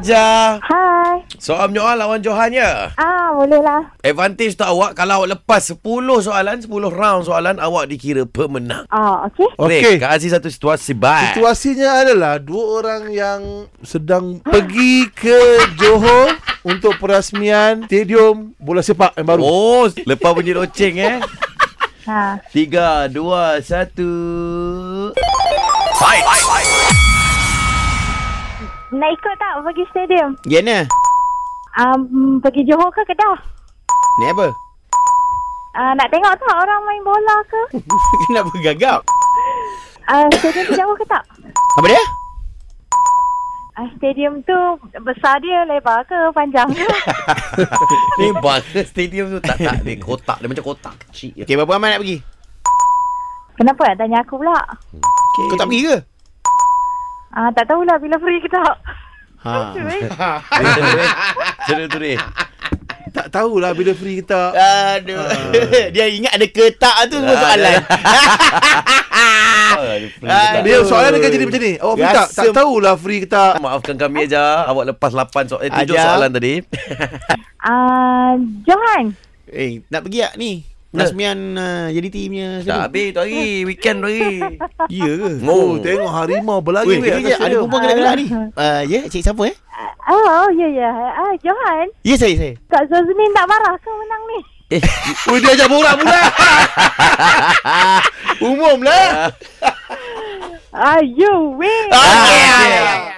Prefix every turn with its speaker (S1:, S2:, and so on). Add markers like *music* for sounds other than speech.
S1: Haja.
S2: Hai.
S1: Soal menyoal lawan Johan ya.
S2: Ah, boleh lah.
S1: Advantage tak awak kalau awak lepas 10 soalan, 10 round soalan awak dikira pemenang.
S2: Ah, okey.
S1: Okey.
S3: Okey.
S1: Kak Aziz satu situasi baik.
S3: Situasinya adalah dua orang yang sedang pergi ke Johor untuk perasmian stadium bola sepak yang baru.
S1: Oh, lepas bunyi loceng eh.
S2: Ha.
S1: Tiga, dua, satu.
S2: Nak ikut tak pergi stadium?
S4: Gana
S2: Um, pergi Johor ke Kedah?
S4: Ni apa
S2: Uh, nak tengok tak orang main bola ke?
S4: *laughs* Kenapa gagap
S2: Uh, stadium tu jauh ke tak?
S4: Apa dia
S2: Uh, stadium tu besar dia, lebar ke, panjang
S4: *laughs*
S2: ke?
S1: Ni bahasa stadium tu tak tak dia *laughs* kotak dia macam kotak kecil.
S4: Okay berapa ramai nak pergi
S2: Kenapa nak tanya aku pula?
S1: Okay.
S4: Kau tak pergi ke
S2: Ah, tak tahulah bila free ke tak.
S4: Ha.
S1: Cerita eh? tu
S3: Tak tahulah bila free
S4: Ya,
S3: kita.
S4: Aduh *laughs* Dia ingat ada ketak tu semua soalan
S1: *laughs* dia.
S3: Dia soalan dia akan jadi macam ni. Awak free tak?
S4: Rasa-
S3: Tak tahulah free kita.
S1: Maafkan kami aja awak lepas 8 soalan eh, 7
S4: Ajar.
S1: soalan tadi.
S2: *laughs*
S1: *laughs*
S2: Ah, Johan.
S4: Eh nak pergi tak ni Rasmian uh, jadi teamnya
S1: tak habis tu hari weekend tu hari.
S4: Ya ke
S3: Oh, tengok harimau berlari.
S4: Weh,
S3: weh, atas
S4: kejap, ada
S3: stadium.
S4: perempuan gelak-gelak ni Ah, Ya cik siapa eh
S2: Oh, ya, ya. Ah, Johan.
S4: Ya saya saya
S2: Kak Zazmin tak marah ke menang ni?
S3: Weh, dia ajak borak-borak. Umum lah.
S2: Ah, you win.
S1: Ah, 아,
S2: 아, 예,
S1: 예.
S4: Ah, ya, ya, ya.